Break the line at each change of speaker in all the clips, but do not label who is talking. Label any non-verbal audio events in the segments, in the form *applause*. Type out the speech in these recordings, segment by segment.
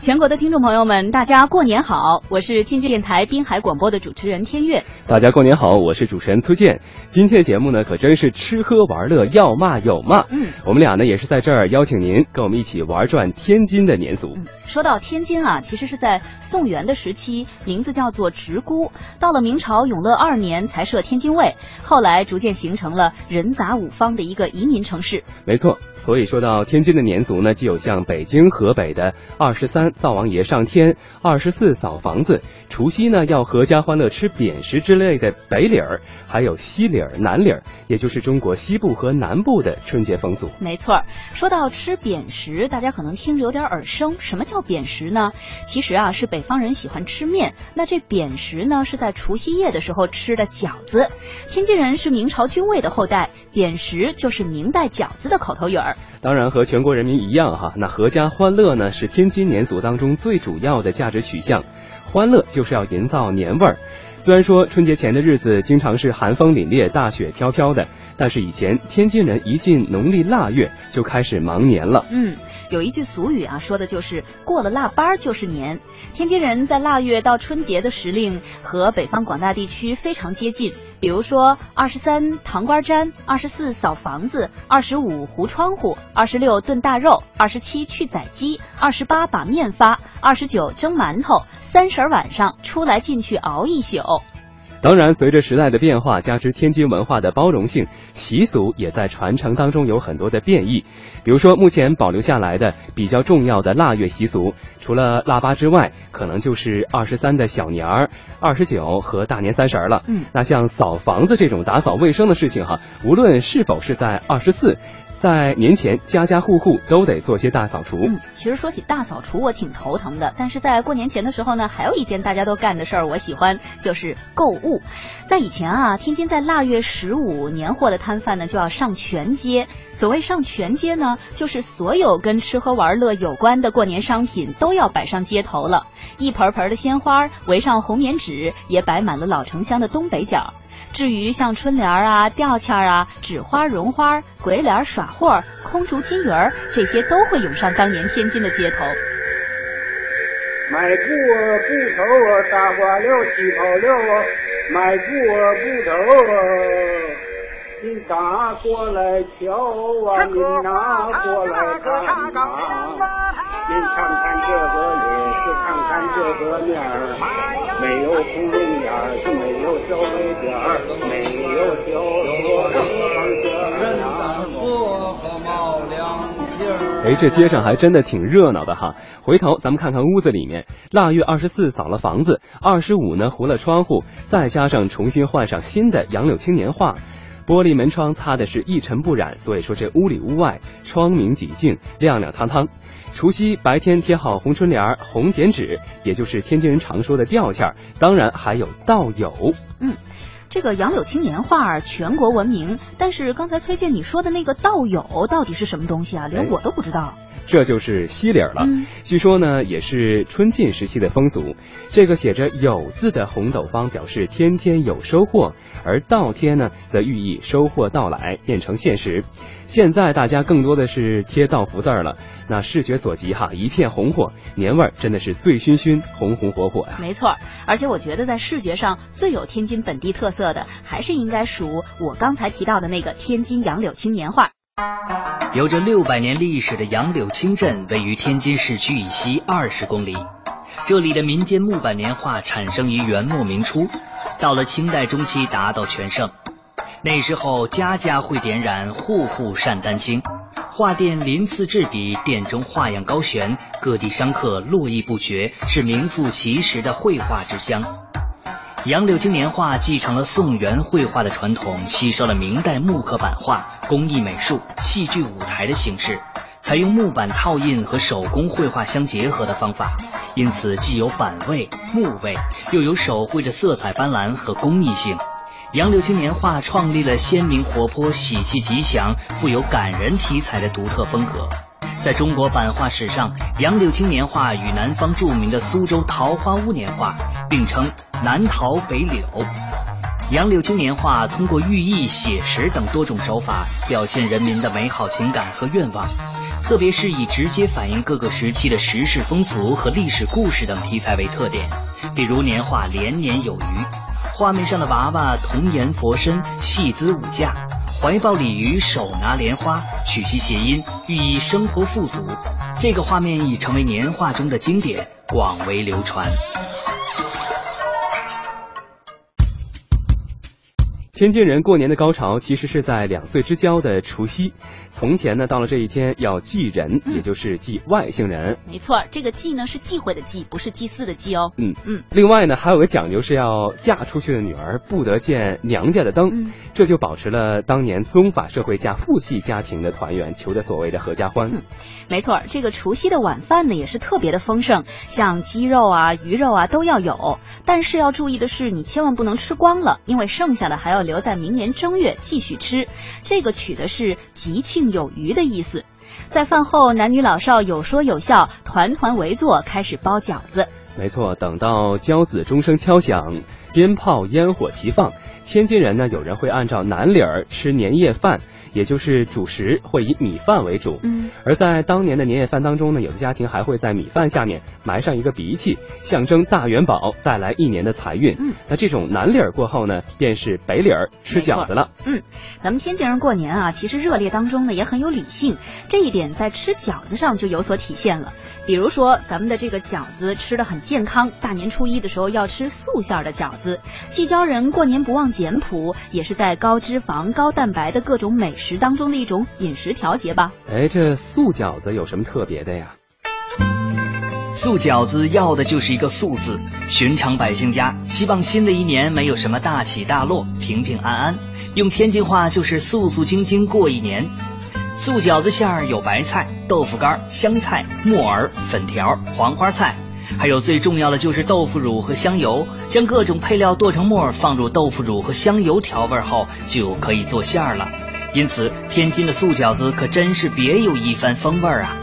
全国的听众朋友们，大家过年好！我是天津电台滨海广播的主持人天悦。
大家过年好，我是主持人崔健。今天的节目呢，可真是吃喝玩乐，要骂有骂。
嗯，
我们俩呢也是在这儿邀请您跟我们一起玩转天津的年俗。
嗯，说到天津啊，其实是在宋元的时期，名字叫做直沽，到了明朝永乐二年才设天津卫，后来逐渐形成了人杂五方的一个移民城市。
没错，所以说到天津的年俗呢，既有像北京、河北的二十三灶王爷上天、二十四扫房子、除夕呢要阖家欢乐吃扁食之类的北礼儿，还有西礼儿、南礼儿，也就是中国西部和南部的春节风俗。
没错儿，说到吃扁食，大家可能听着有点耳生。什么叫扁食呢？其实啊，是北方人喜欢吃面。那这扁食呢，是在除夕夜的时候吃的饺子。天津人是明朝军卫的后代，扁食就是明代饺子的口头语儿。
当然，和全国人民一样哈，那阖家欢乐呢是天津年俗当中最主要的价值取向。欢乐就是要营造年味儿。虽然说春节前的日子经常是寒风凛冽、大雪飘飘的，但是以前天津人一进农历腊月就开始忙年了。
嗯，有一句俗语啊，说的就是过了腊八儿就是年。天津人在腊月到春节的时令和北方广大地区非常接近，比如说二十三糖瓜粘，二十四扫房子，二十五糊窗户，二十六炖大肉，二十七去宰鸡，二十八把面发，二十九蒸馒头，三十儿晚上出来进去熬一宿。
当然，随着时代的变化，加之天津文化的包容性，习俗也在传承当中有很多的变异。比如说，目前保留下来的比较重要的腊月习俗，除了腊八之外，可能就是二十三的小年儿、二十九和大年三十儿了。
嗯
那像扫房子这种打扫卫生的事情哈，无论是否是在二十四，在年前家家户户都得做些大扫除。
嗯，其实说起大扫除，我挺头疼的。但是在过年前的时候呢，还有一件大家都干的事儿，我喜欢，就是购物。在以前啊，天津在腊月十五，年货的摊贩呢就要上全街。所谓上全街呢，就是所有跟吃喝玩乐有关的过年商品都要摆上街头了。一盆盆的鲜花围上红棉纸，也摆满了老城乡的东北角。至于像春联儿啊、吊签儿啊、纸花、绒花、鬼脸儿、耍货儿、空竹金鱼儿，这些都会涌上当年天津的街头。
买布布头啊，大花料、旗袍料啊，买布布头啊，你拿过来瞧啊，你拿过来干嘛？您看看这个脸，是看看这个面儿，没有窟窿眼儿，就没有小黑点儿，没有小
有
小小
人
小
胆薄和冒良心儿。
哎，这街上还真的挺热闹的哈。回头咱们看看屋子里面，腊月二十四扫了房子，二十五呢糊了窗户，再加上重新换上新的杨柳青年画，玻璃门窗擦的是一尘不染，所以说这屋里屋外窗明几净，亮亮堂堂。除夕白天贴好红春联儿、红剪纸，也就是天津人常说的吊签儿，当然还有道友。
这个杨柳青年画儿全国闻名，但是刚才推荐你说的那个道友到底是什么东西啊？连
哎
我都不知道。
这就是西里儿了。
嗯
据说呢，也是春晋时期的风俗。这个写着“有”字的红斗方表示天天有收获，而倒贴呢，则寓意收获到来，变成现实。现在大家更多的是贴道福字儿了。那视觉所及哈，一片红火，年味儿真的是醉醺醺、红红火啊火呀、
没错儿，而且我觉得在视觉上最有天津本地特色的，还是应该属我刚才提到的那个天津杨柳青年画儿。
有着六百年历史的杨柳青镇位于天津市区以西二十公里。这里的民间木板年画产生于元末明初，到了清代中期达到全盛。那时候家家会点染，户户善丹青。画店鳞次栉比，店中画样高悬，各地商客络绎不绝，是名副其实的绘画之乡。杨柳青年画继承了宋元绘画的传统，吸收了明代木刻版画、工艺美术、戏剧舞台的形式，采用木板套印和手工绘画相结合的方法，因此既有板位、木位，又有手绘的色彩斑斓和工艺性。杨柳青年画创立了鲜明、活泼、喜气吉祥、富有感人题材的独特风格。在中国版画史上，杨柳青年画与南方著名的苏州桃花坞年画并称“南桃北柳”。杨柳青年画通过寓意、写实等多种手法，表现人民的美好情感和愿望，特别是以直接反映各个时期的时事风俗和历史故事等题材为特点，比如年画连年有余，画面上的娃娃童颜佛身，戏姿舞驾，怀抱鲤鱼，手拿莲花，取其谐音，寓意生活富足。这个画面已成为年画中的经典，广为流传。
天津人过年的高潮其实是在两岁之交的除夕。从前呢，到了这一天要祭人，
嗯
也就是祭外姓人。
没错儿，这个忌呢是忌讳的忌，不是祭祀的忌哦。
嗯
嗯
另外呢，还有个讲究是要嫁出去的女儿不得见娘家的灯，
嗯
这就保持了当年宗法社会下父系家庭的团圆，求的所谓的合家欢。
嗯没错儿，这个除夕的晚饭呢也是特别的丰盛，像鸡肉啊、鱼肉啊都要有。但是要注意的是，你千万不能吃光了，因为剩下的还要留在明年正月继续吃。这个取的是吉庆有余的意思。在饭后，男女老少有说有笑，团团围坐开始包饺子。
没错，等到交子钟声敲响，鞭炮烟火齐放，天津人呢，有人会按照南理儿吃年夜饭，也就是主食会以米饭为主。
嗯，
而在当年的年夜饭当中呢，有的家庭还会在米饭下面埋上一个鼻涕，象征大元宝带来一年的财运。
嗯
那这种南理儿过后呢，便是北理儿吃饺子了。
咱们天津人过年啊，其实热烈当中呢也很有理性，这一点在吃饺子上就有所体现了。比如说，咱们的这个饺子吃的很健康，大年初一的时候要吃素馅儿的饺子。济郊人过年不忘简朴，也是在高脂肪、高蛋白的各种美食当中的一种饮食调节吧。
哎，这素饺子有什么特别的呀？
素饺子要的就是一个“素”字。寻常百姓家希望新的一年没有什么大起大落，平平安安。用天津话就是素素经经过一年。素饺子馅儿有白菜、豆腐干、香菜、木耳、粉条、黄花菜，还有最重要的就是豆腐乳和香油。将各种配料剁成沫儿，放入豆腐乳和香油调味儿后，就可以做馅儿了。因此，天津的素饺子可真是别有一番风味儿啊！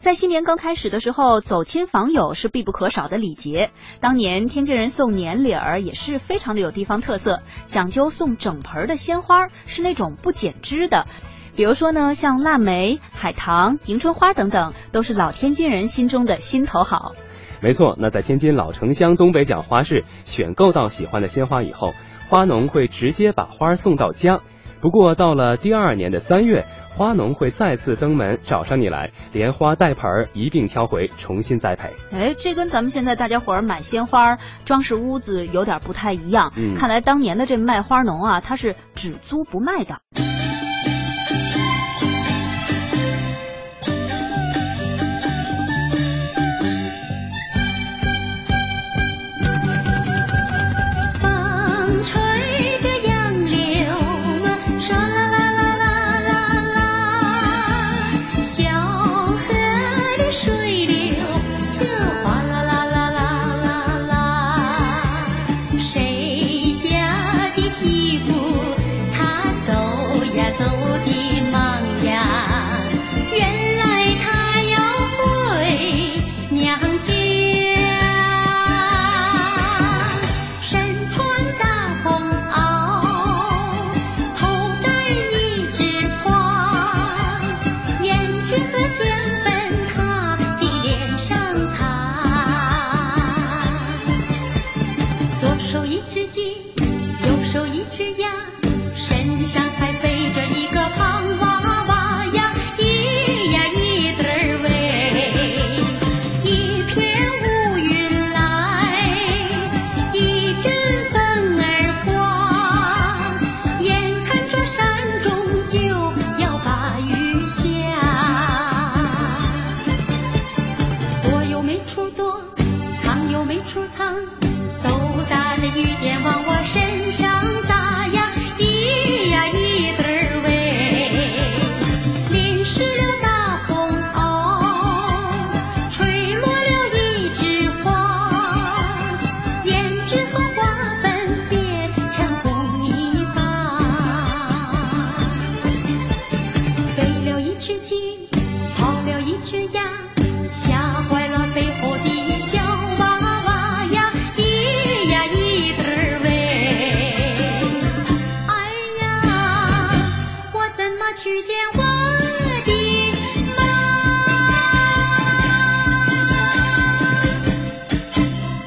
在新年刚开始的时候，走亲访友是必不可少的礼节。当年天津人送年礼儿也是非常的有地方特色，讲究送整盆儿的鲜花儿，是那种不剪枝的。比如说呢，像腊梅、海棠、迎春花等等，都是老天津人心中的心头好。
没错，那在天津老城乡东北角花市选购到喜欢的鲜花以后，花农会直接把花送到家。不过到了第二年的三月，花农会再次登门找上你来，连花带盆儿一并挑回，重新栽培。
哎，这跟咱们现在大家伙儿买鲜花儿装饰屋子有点不太一样。
嗯
看来当年的这卖花农啊，他是只租不卖的。
风吹着杨柳啊，唰啦啦啦啦啦啦，小河的水流着哗啦啦啦啦啦啦。谁家的媳妇她走呀走的忙呀，原来她要回娘家。身穿大红袄，头戴一枝花，胭脂和香粉她的脸上擦。左手一只鸡，右手一只鸭，身上还背着一个胖娃娃呀，咿呀一得儿喂，一片乌云来，一阵风儿刮，眼看着山中就要把雨下。我又没处躲，藏又没处藏，豆大的雨点往我身上砸呀，哎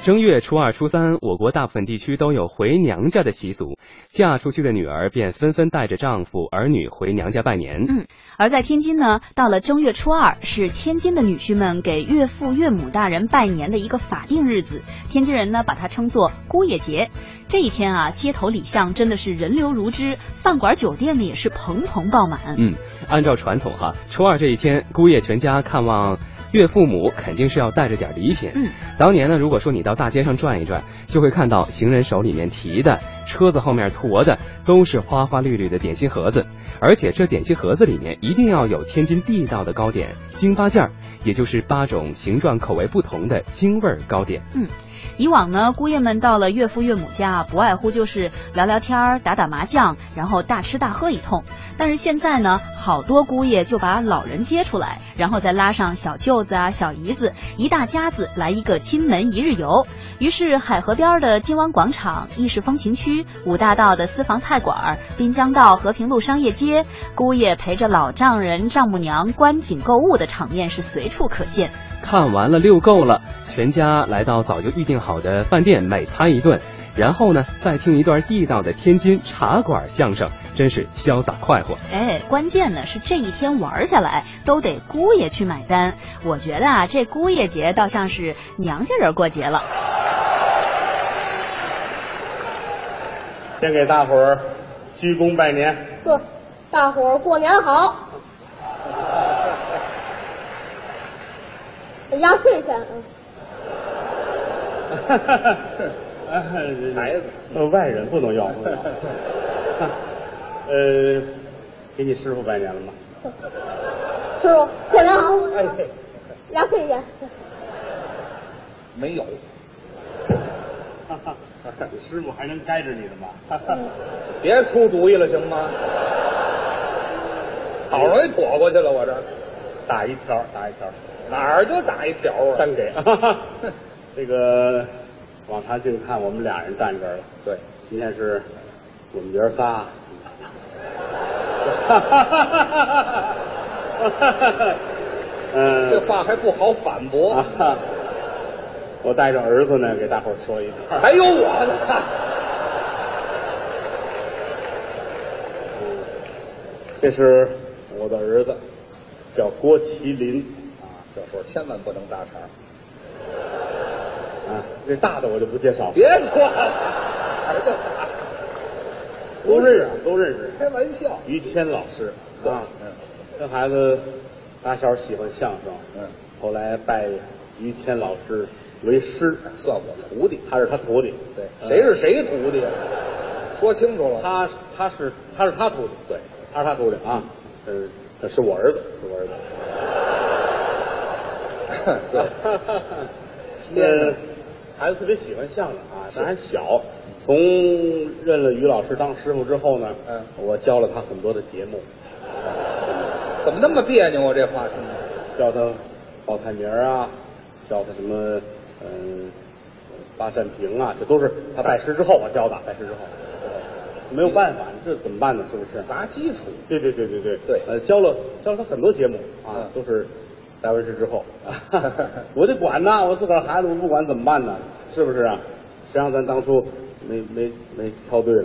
正月初二、初三，我国大部分地区都有回娘家的习俗，嫁出去的女儿便纷纷带着丈夫、儿女回娘家拜年。
嗯而在天津呢，到了正月初二是天津的女婿们给岳父岳母大人拜年的一个法定日子，天津人呢把它称作姑爷节。这一天啊，街头里巷真的是人流如织，饭馆酒店呢也是蓬蓬爆满。
嗯，按照传统哈，初二这一天，姑爷全家看望岳父母，肯定是要带着点礼品。
嗯，
当年呢，如果说你到大街上转一转，就会看到行人手里面提的、车子后面驮的都是花花绿绿的点心盒子，而且这点心盒子里面一定要有天津地道的糕点京八件儿，也就是八种形状口味不同的京味儿糕点。
以往呢，姑爷们到了岳父岳母家，不外乎就是聊聊天儿、打打麻将，然后大吃大喝一通。但是现在呢，好多姑爷就把老人接出来，然后再拉上小舅子啊、小姨子，一大家子来一个金门一日游。于是，海河边儿的金湾广场、意式风情区、五大道的私房菜馆儿、滨江道和平路商业街，姑爷陪着老丈人、丈母娘观景购物的场面是随处可见。
看完了遛够了，全家来到早就预定好的饭店美餐一顿，然后呢，再听一段地道的天津茶馆相声，真是潇洒快活。
哎，关键呢是这一天玩下来都得姑爷去买单。我觉得啊，这姑爷节倒像是娘家人过节了。
先给大伙儿鞠躬拜
*laughs*
年。
呵，大伙儿过年好！压岁钱，嗯
孩子，呃，外人不能要，不能要。 *laughs* 呃，给你师傅拜年了吗？
师傅过年好！
哎，
压岁
哎
钱，
没有。 *laughs* 师傅还能该着你的吗？
*laughs* 别出主意了，行吗？好容易躲过去了，我这
打一条，打一条，
哪儿就打一条啊！
单给。
*laughs*
这个往常净看我们俩人站这儿了，
对，
今天是我们爷儿仨。 *laughs* 嗯，
这话还不好反驳。
啊哈 *laughs* 我带着儿子呢，给大伙儿说一段。
还有我呢，
这是我的儿子，叫郭麒麟
这时候千万不能搭茬，
啊。这大的我就不介绍了，
别说
*laughs*
了，
都认识，啊都认识。
开玩笑。
于谦老师
对
啊，
嗯
这孩子打小喜欢相声，
嗯，
后来拜于谦老师为师，
算我徒弟。
他是他徒弟。
对，
嗯
谁是谁徒弟啊？说清楚了。
他他是他是他徒弟，对，他是他徒弟啊，嗯，这是我儿子，是我儿子。 *laughs*
对，
呃，孩子特别喜欢相声啊，但还小。从认了于老师当师傅之后呢，
嗯
我教了他很多的节目，
怎么那么别扭啊？这话听着，
教他报菜名儿啊，教他什么嗯、八扇屏啊，这都是他拜师之后我教的，拜师之后，没有办法，这怎么办呢？是不是？
砸基础。
对对对对对
对
呃，教了教了他很多节目啊
嗯，
都是戴完师
*laughs*
之后，我得管呐，我自个儿孩子我不管怎么办呢？是不是啊？谁让咱当初没没没挑对了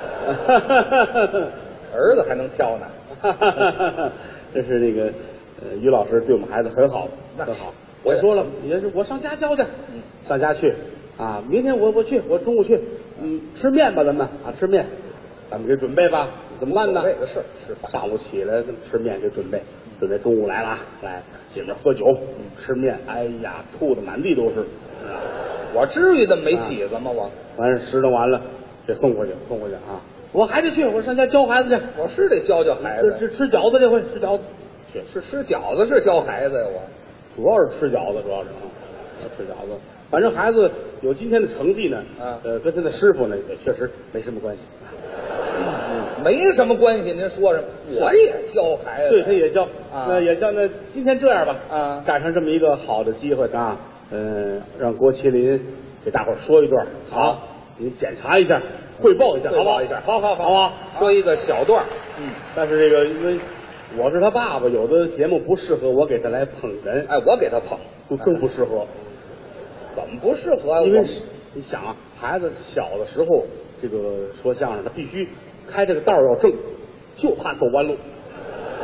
呢？
儿子还能挑呢。
*laughs* 这是那个呃，于老师对我们孩子很好，
那
很好。
我
我
也
说了，也是我上家教去，上家去啊！明天我我去，我中午去，嗯，吃面吧，咱们啊，吃面，咱们给准备吧，怎么办
无
呢？
所谓的事儿吃饭
上午起来吃面就准备，准备中午来了啊，来姐们儿喝酒吃面，哎呀，吐的满地都是。
我至于这么没起子吗？我
完事拾掇完了，这送回去，送回去啊！我还得去，我上家教孩子去，
我是得教教孩
吃
子，
吃吃饺子这回吃饺子去。
是吃饺子是教孩子呀？我
主要是吃饺子，主要是啊，吃饺子。反正孩子有今天的成绩呢，
嗯
呃，跟他的师傅呢也确实没什么关系。
没什么关系，您说什么？我也教孩子，
对，他也教，
啊
那也教。那今天这样吧，
啊
赶上这么一个好的机会啊，嗯、让郭麒麟给大伙儿说一段，好，您检查一下，汇报一下，
汇
好不
报
好？
一下
好好
好
好啊。
说一个小段儿
嗯，但是这个因为我是他爸爸，有的节目不适合我给他来捧哏，
哎，我给他捧，
更更不适合。
怎么不适合啊？
因为
我
是你想啊，孩子小的时候，这个说相声他必须开这个道儿要正，就怕走弯路，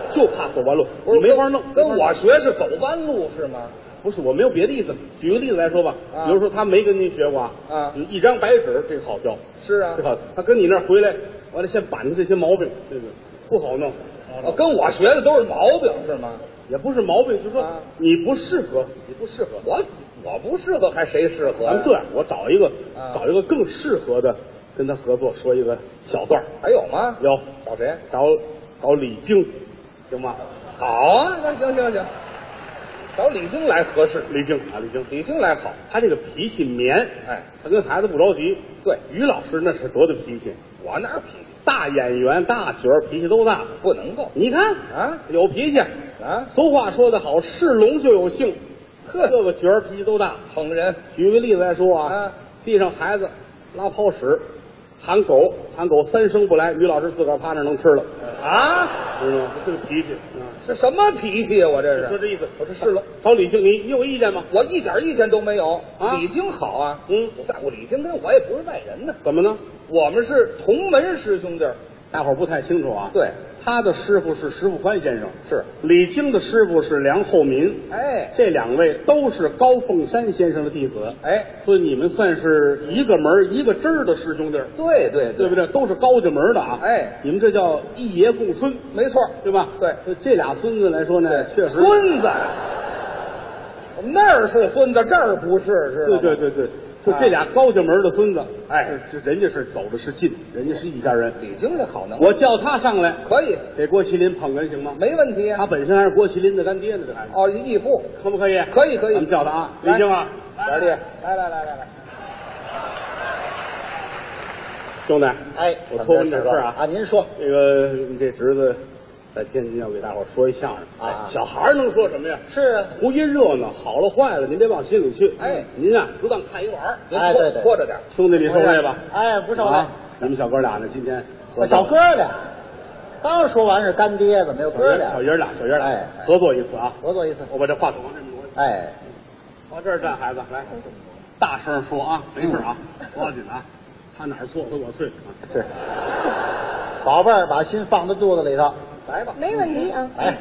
就怕走弯路，
不是
你没法弄。
跟
没
我
法弄
学是走弯路是吗？
不是，我没有别的意思。举个例子来说吧，
啊
比如说他没跟您学过
啊
一张白纸，这个好教，
是啊
这，好。他跟你那儿回来，完了先板着这些毛病，这个不好弄，啊
哦跟我学的都是毛病是吗？
也不是毛病，就说
啊
你不适合，你不适合。
我我不适合，还谁适合呀？
咱们这样，我找一个
啊
找一个更适合的，跟他合作说一个小段儿
还有吗？
有
找谁？
找找李菁，行吗？
好啊，那行行行，找李菁来合适，
李菁啊，李菁，
李菁来好。
他这个脾气绵，
哎，
他跟孩子不着急。
对
于老师那是多大脾气？
我哪有脾气？
大演员、大角儿脾气都大。
不能够
你看
啊
有脾气。
啊，
俗话说得好，是龙就有性，
呵
各个角儿脾气都大。
捧人
举个例子来说啊，
啊
地上孩子拉泡屎，喊狗，喊狗三声不来，于老师自个儿趴那儿能吃了，
啊，
知道吗？这个脾气啊，
这什么脾气啊？我这
就说
是，
这意思。
我这是龙，
找李静，你你有意见吗？
我一点意见都没有。
啊
李菁好啊，
嗯
不在乎李菁跟我也不是外人呢，
怎么呢？
我们是同门师兄弟儿。
大伙儿不太清楚啊。
对，
他的师傅是石富宽先生，
是
李菁的师傅是梁厚民，
哎
这两位都是高凤山先生的弟子，
哎，
所以你们算是一个门儿一个支儿的师兄弟儿，
对对
对不？对？都是高家门儿的啊。
哎，
你们这叫一爷共孙，
没错，
对吧？
对，
就这俩孙子来说呢，确实，
孙子，我们那儿是孙子，这儿不是，知道
对
吗？
对对对，就这俩高家门儿的孙子，
哎
是，是人家是走的是近，人家是一家人。
李菁这好能，
我叫他上来，
可以，
给郭麒麟捧哏行吗？
没问题
他
啊。
本身还是郭麒麟的干爹呢，这还
哦，义父，
可不可以？
可以可以
咱们叫他啊，李
来
静啊，
小弟，来来来来来，
兄弟，
哎，
我托问点事儿
啊，
啊。
您说，
这个你这侄子在天津要给大伙儿说一相声，
啊
哎小孩儿能说什么呀？
是啊，
图一热闹，好了坏了，您别往心里去。
哎
您啊，只当看一玩儿。
您
哎
拖
对对
拖着点儿，
兄弟，你受累吧？
哎，不受累
啊。你们小哥俩呢？今天
我小哥俩，刚说完是干爹，怎么又
小爷
哥
儿
俩
小？爷儿俩，小爷儿
哎
俩
哎
合作一次啊！
合作一次。
我把这话筒往这边挪，
哎，
往这儿站，孩子来，大声说啊，没事啊，不要紧啊。他哪儿错都我对啊。
是，宝贝儿，把心放到肚子里头。
来吧。
没问题啊。
嗯
哎，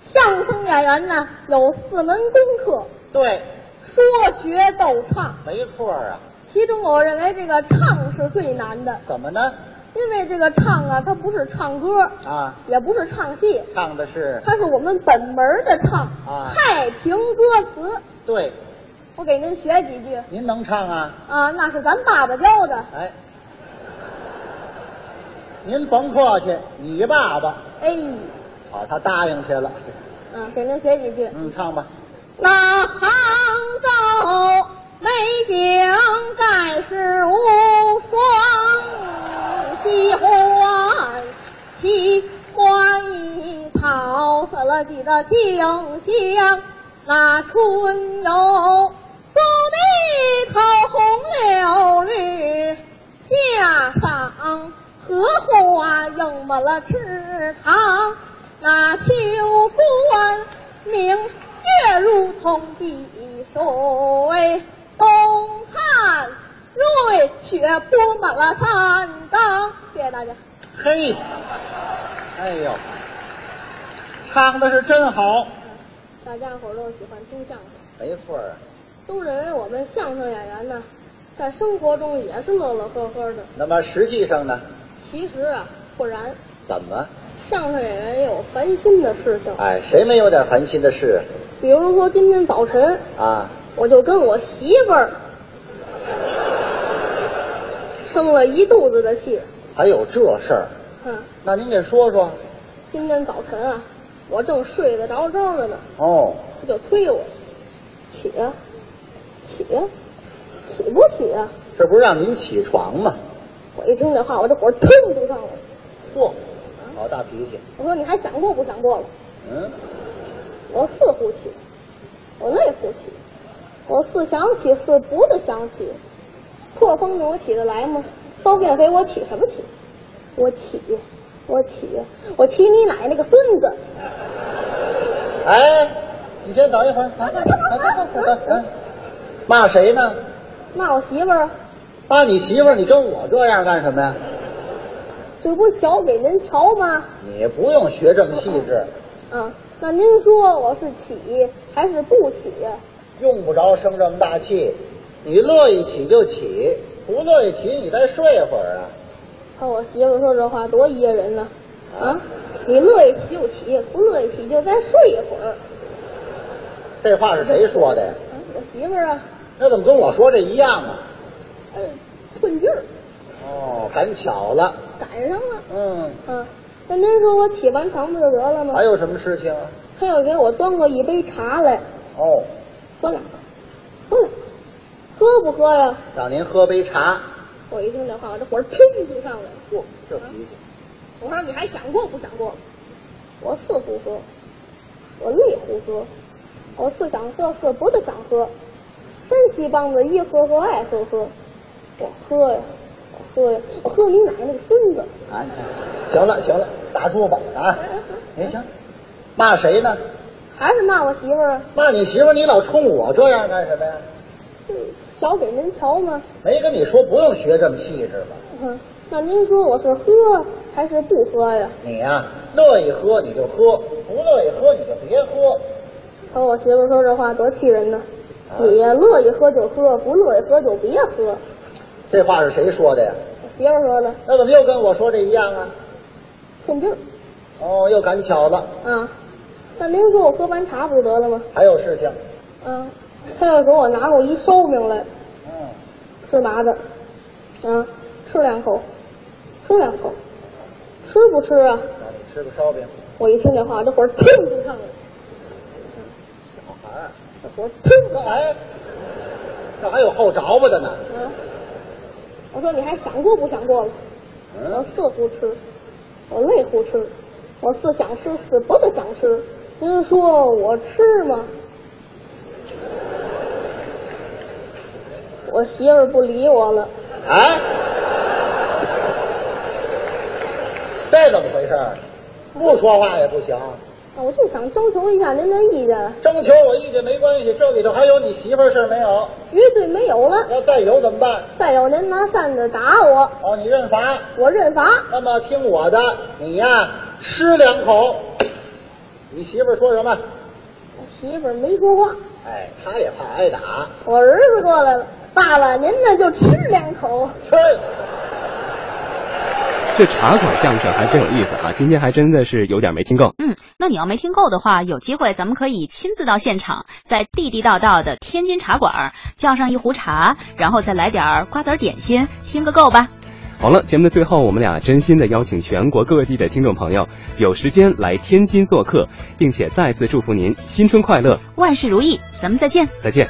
相声演员呢有四门功课：
对，
说、学、逗、唱。
没错儿啊。
其中我认为这个唱是最难的，
怎么呢？
因为这个唱啊，它不是唱歌，
啊，
也不是唱戏，
唱的是
它是我们本门儿的唱，
啊
太平歌词。
对，
我给您学几句
您能唱啊？
啊，那是咱爸爸教的。
哎，您甭客气，你爸爸，
哎，
好，他答应去了。
嗯、给您学几句。
嗯，唱吧。
那杭州美景盖世无双，西关奇观一套，死了记得清香。那春游苏堤头红柳绿，夏赏荷花映满了池塘。那秋观明月如同碧水，冬看瑞雪铺满了山岗。谢谢大家。
嘿，哎呦，唱的是真好。
大家伙儿都喜欢听相声，
没错儿啊，
都认为我们相声演员呢，在生活中也是乐乐呵呵的。
那么实际上呢，
其实啊，不然，
怎么？
相声演员也有烦心的事情。
哎，谁没有点烦心的事
比如说今天早晨，
啊？
我就跟我媳妇儿生了一肚子的气。
还有这事儿？
嗯，
那您给说说。
今天早晨啊，我正睡得着着的呢，
哦，
他就催我起呀、起呀、起不起呀、
这不是让您起床吗？
我一听这话，我这火腾就上来了。
嚯，好大脾气。
我说你还想过不想过了？
嗯，
我似乎起，我内乎起，我似想起似不的想起，破风筝我起得来吗？骚变肥我起什么起？我起，我起，我起你奶奶个孙子！
哎，你先等一会儿，来来来来来来来，骂谁呢？
骂我媳妇儿，
骂你媳妇儿，你跟我这样干什么呀？
这不小给人瞧吗？
你不用学这么细致，
啊，那您说我是起还是不起呀？
用不着生这么大气。你乐意起就起，不乐意起你再睡会儿啊。
瞧我媳妇说这话多噎人了啊！你乐意起就起，不乐意起就再睡一会儿。
这话是谁说的呀？
啊，我媳妇儿啊，
那怎么跟我说这一样啊？
呃，寸劲儿
哦，赶巧了。
赶上了。
嗯，
啊，那您说我起完床不就得了吗？
还有什么事情啊？
他又给我端过一杯茶来，
哦，
喝两口，喝两口，喝不喝呀？
让您喝杯茶。
我一听这话，我这火儿腾就上来了。
嚯，这脾气，
我说你还想过不想过？我是胡喝，我累胡喝，我是想喝是不是想喝？身西棒子一喝喝爱喝喝，我喝呀，我喝呀，我喝你奶奶个孙子！
哎，行了行了，打住吧啊！哎行，骂谁呢？
还是骂我媳妇儿啊？
骂你媳妇儿，你老冲我这样干什么呀？
这小给您瞧吗？
没跟你说不用学这么细致吧？
嗯，那您说我是喝还是不喝呀？
你呀、乐意喝你就喝，不乐意喝你就别喝。
瞧我媳妇说这话多气人呢！你呀，乐意喝就喝，不乐意喝就别喝。
这话是谁说的呀？
我媳妇说的，
那怎么又跟我说这一样啊？
寸劲儿
哦，又赶巧了，
啊！那您说我喝完茶不就得了吗？
还有事情。
啊，他又给我拿过一烧饼来，
嗯，
吃麻子，啊，吃两口，吃两口，吃不吃啊？
那你吃个烧饼。
我一听这话，这火儿腾就上来了，
小孩儿，
这火儿
这还哎这还有后着吧的呢？
啊！我说你还想过不想过了？我
嗯，
是胡吃，我累胡吃，我是想吃是不是想吃？您说我吃吗？我媳妇儿不理我了，
啊，这怎么回事儿？不说话也不行，
啊我就想征求一下您的意见，
征求我意见没关系，这里头还有你媳妇儿事儿没有？
绝对没有了。
要再有怎么办？
再有您拿扇子打我，
哦，你认罚。
我认罚。
那么听我的，你呀，吃两口。你媳妇儿说什么？
我媳妇儿没说话，
哎，她也怕挨打。
我儿子过来了，爸爸您呢就吃两口。
嘿，
这茶馆相声还真有意思啊！今天还真的是有点没听够。
嗯，那你要没听够的话，有机会咱们可以亲自到现场，在地地道道的天津茶馆儿叫上一壶茶，然后再来点儿瓜子儿点心，听个够吧。
好了，节目的最后，我们俩真心的邀请全国各地的听众朋友有时间来天津做客，并且再次祝福您新春快乐，
万事如意，咱们再见。
再见。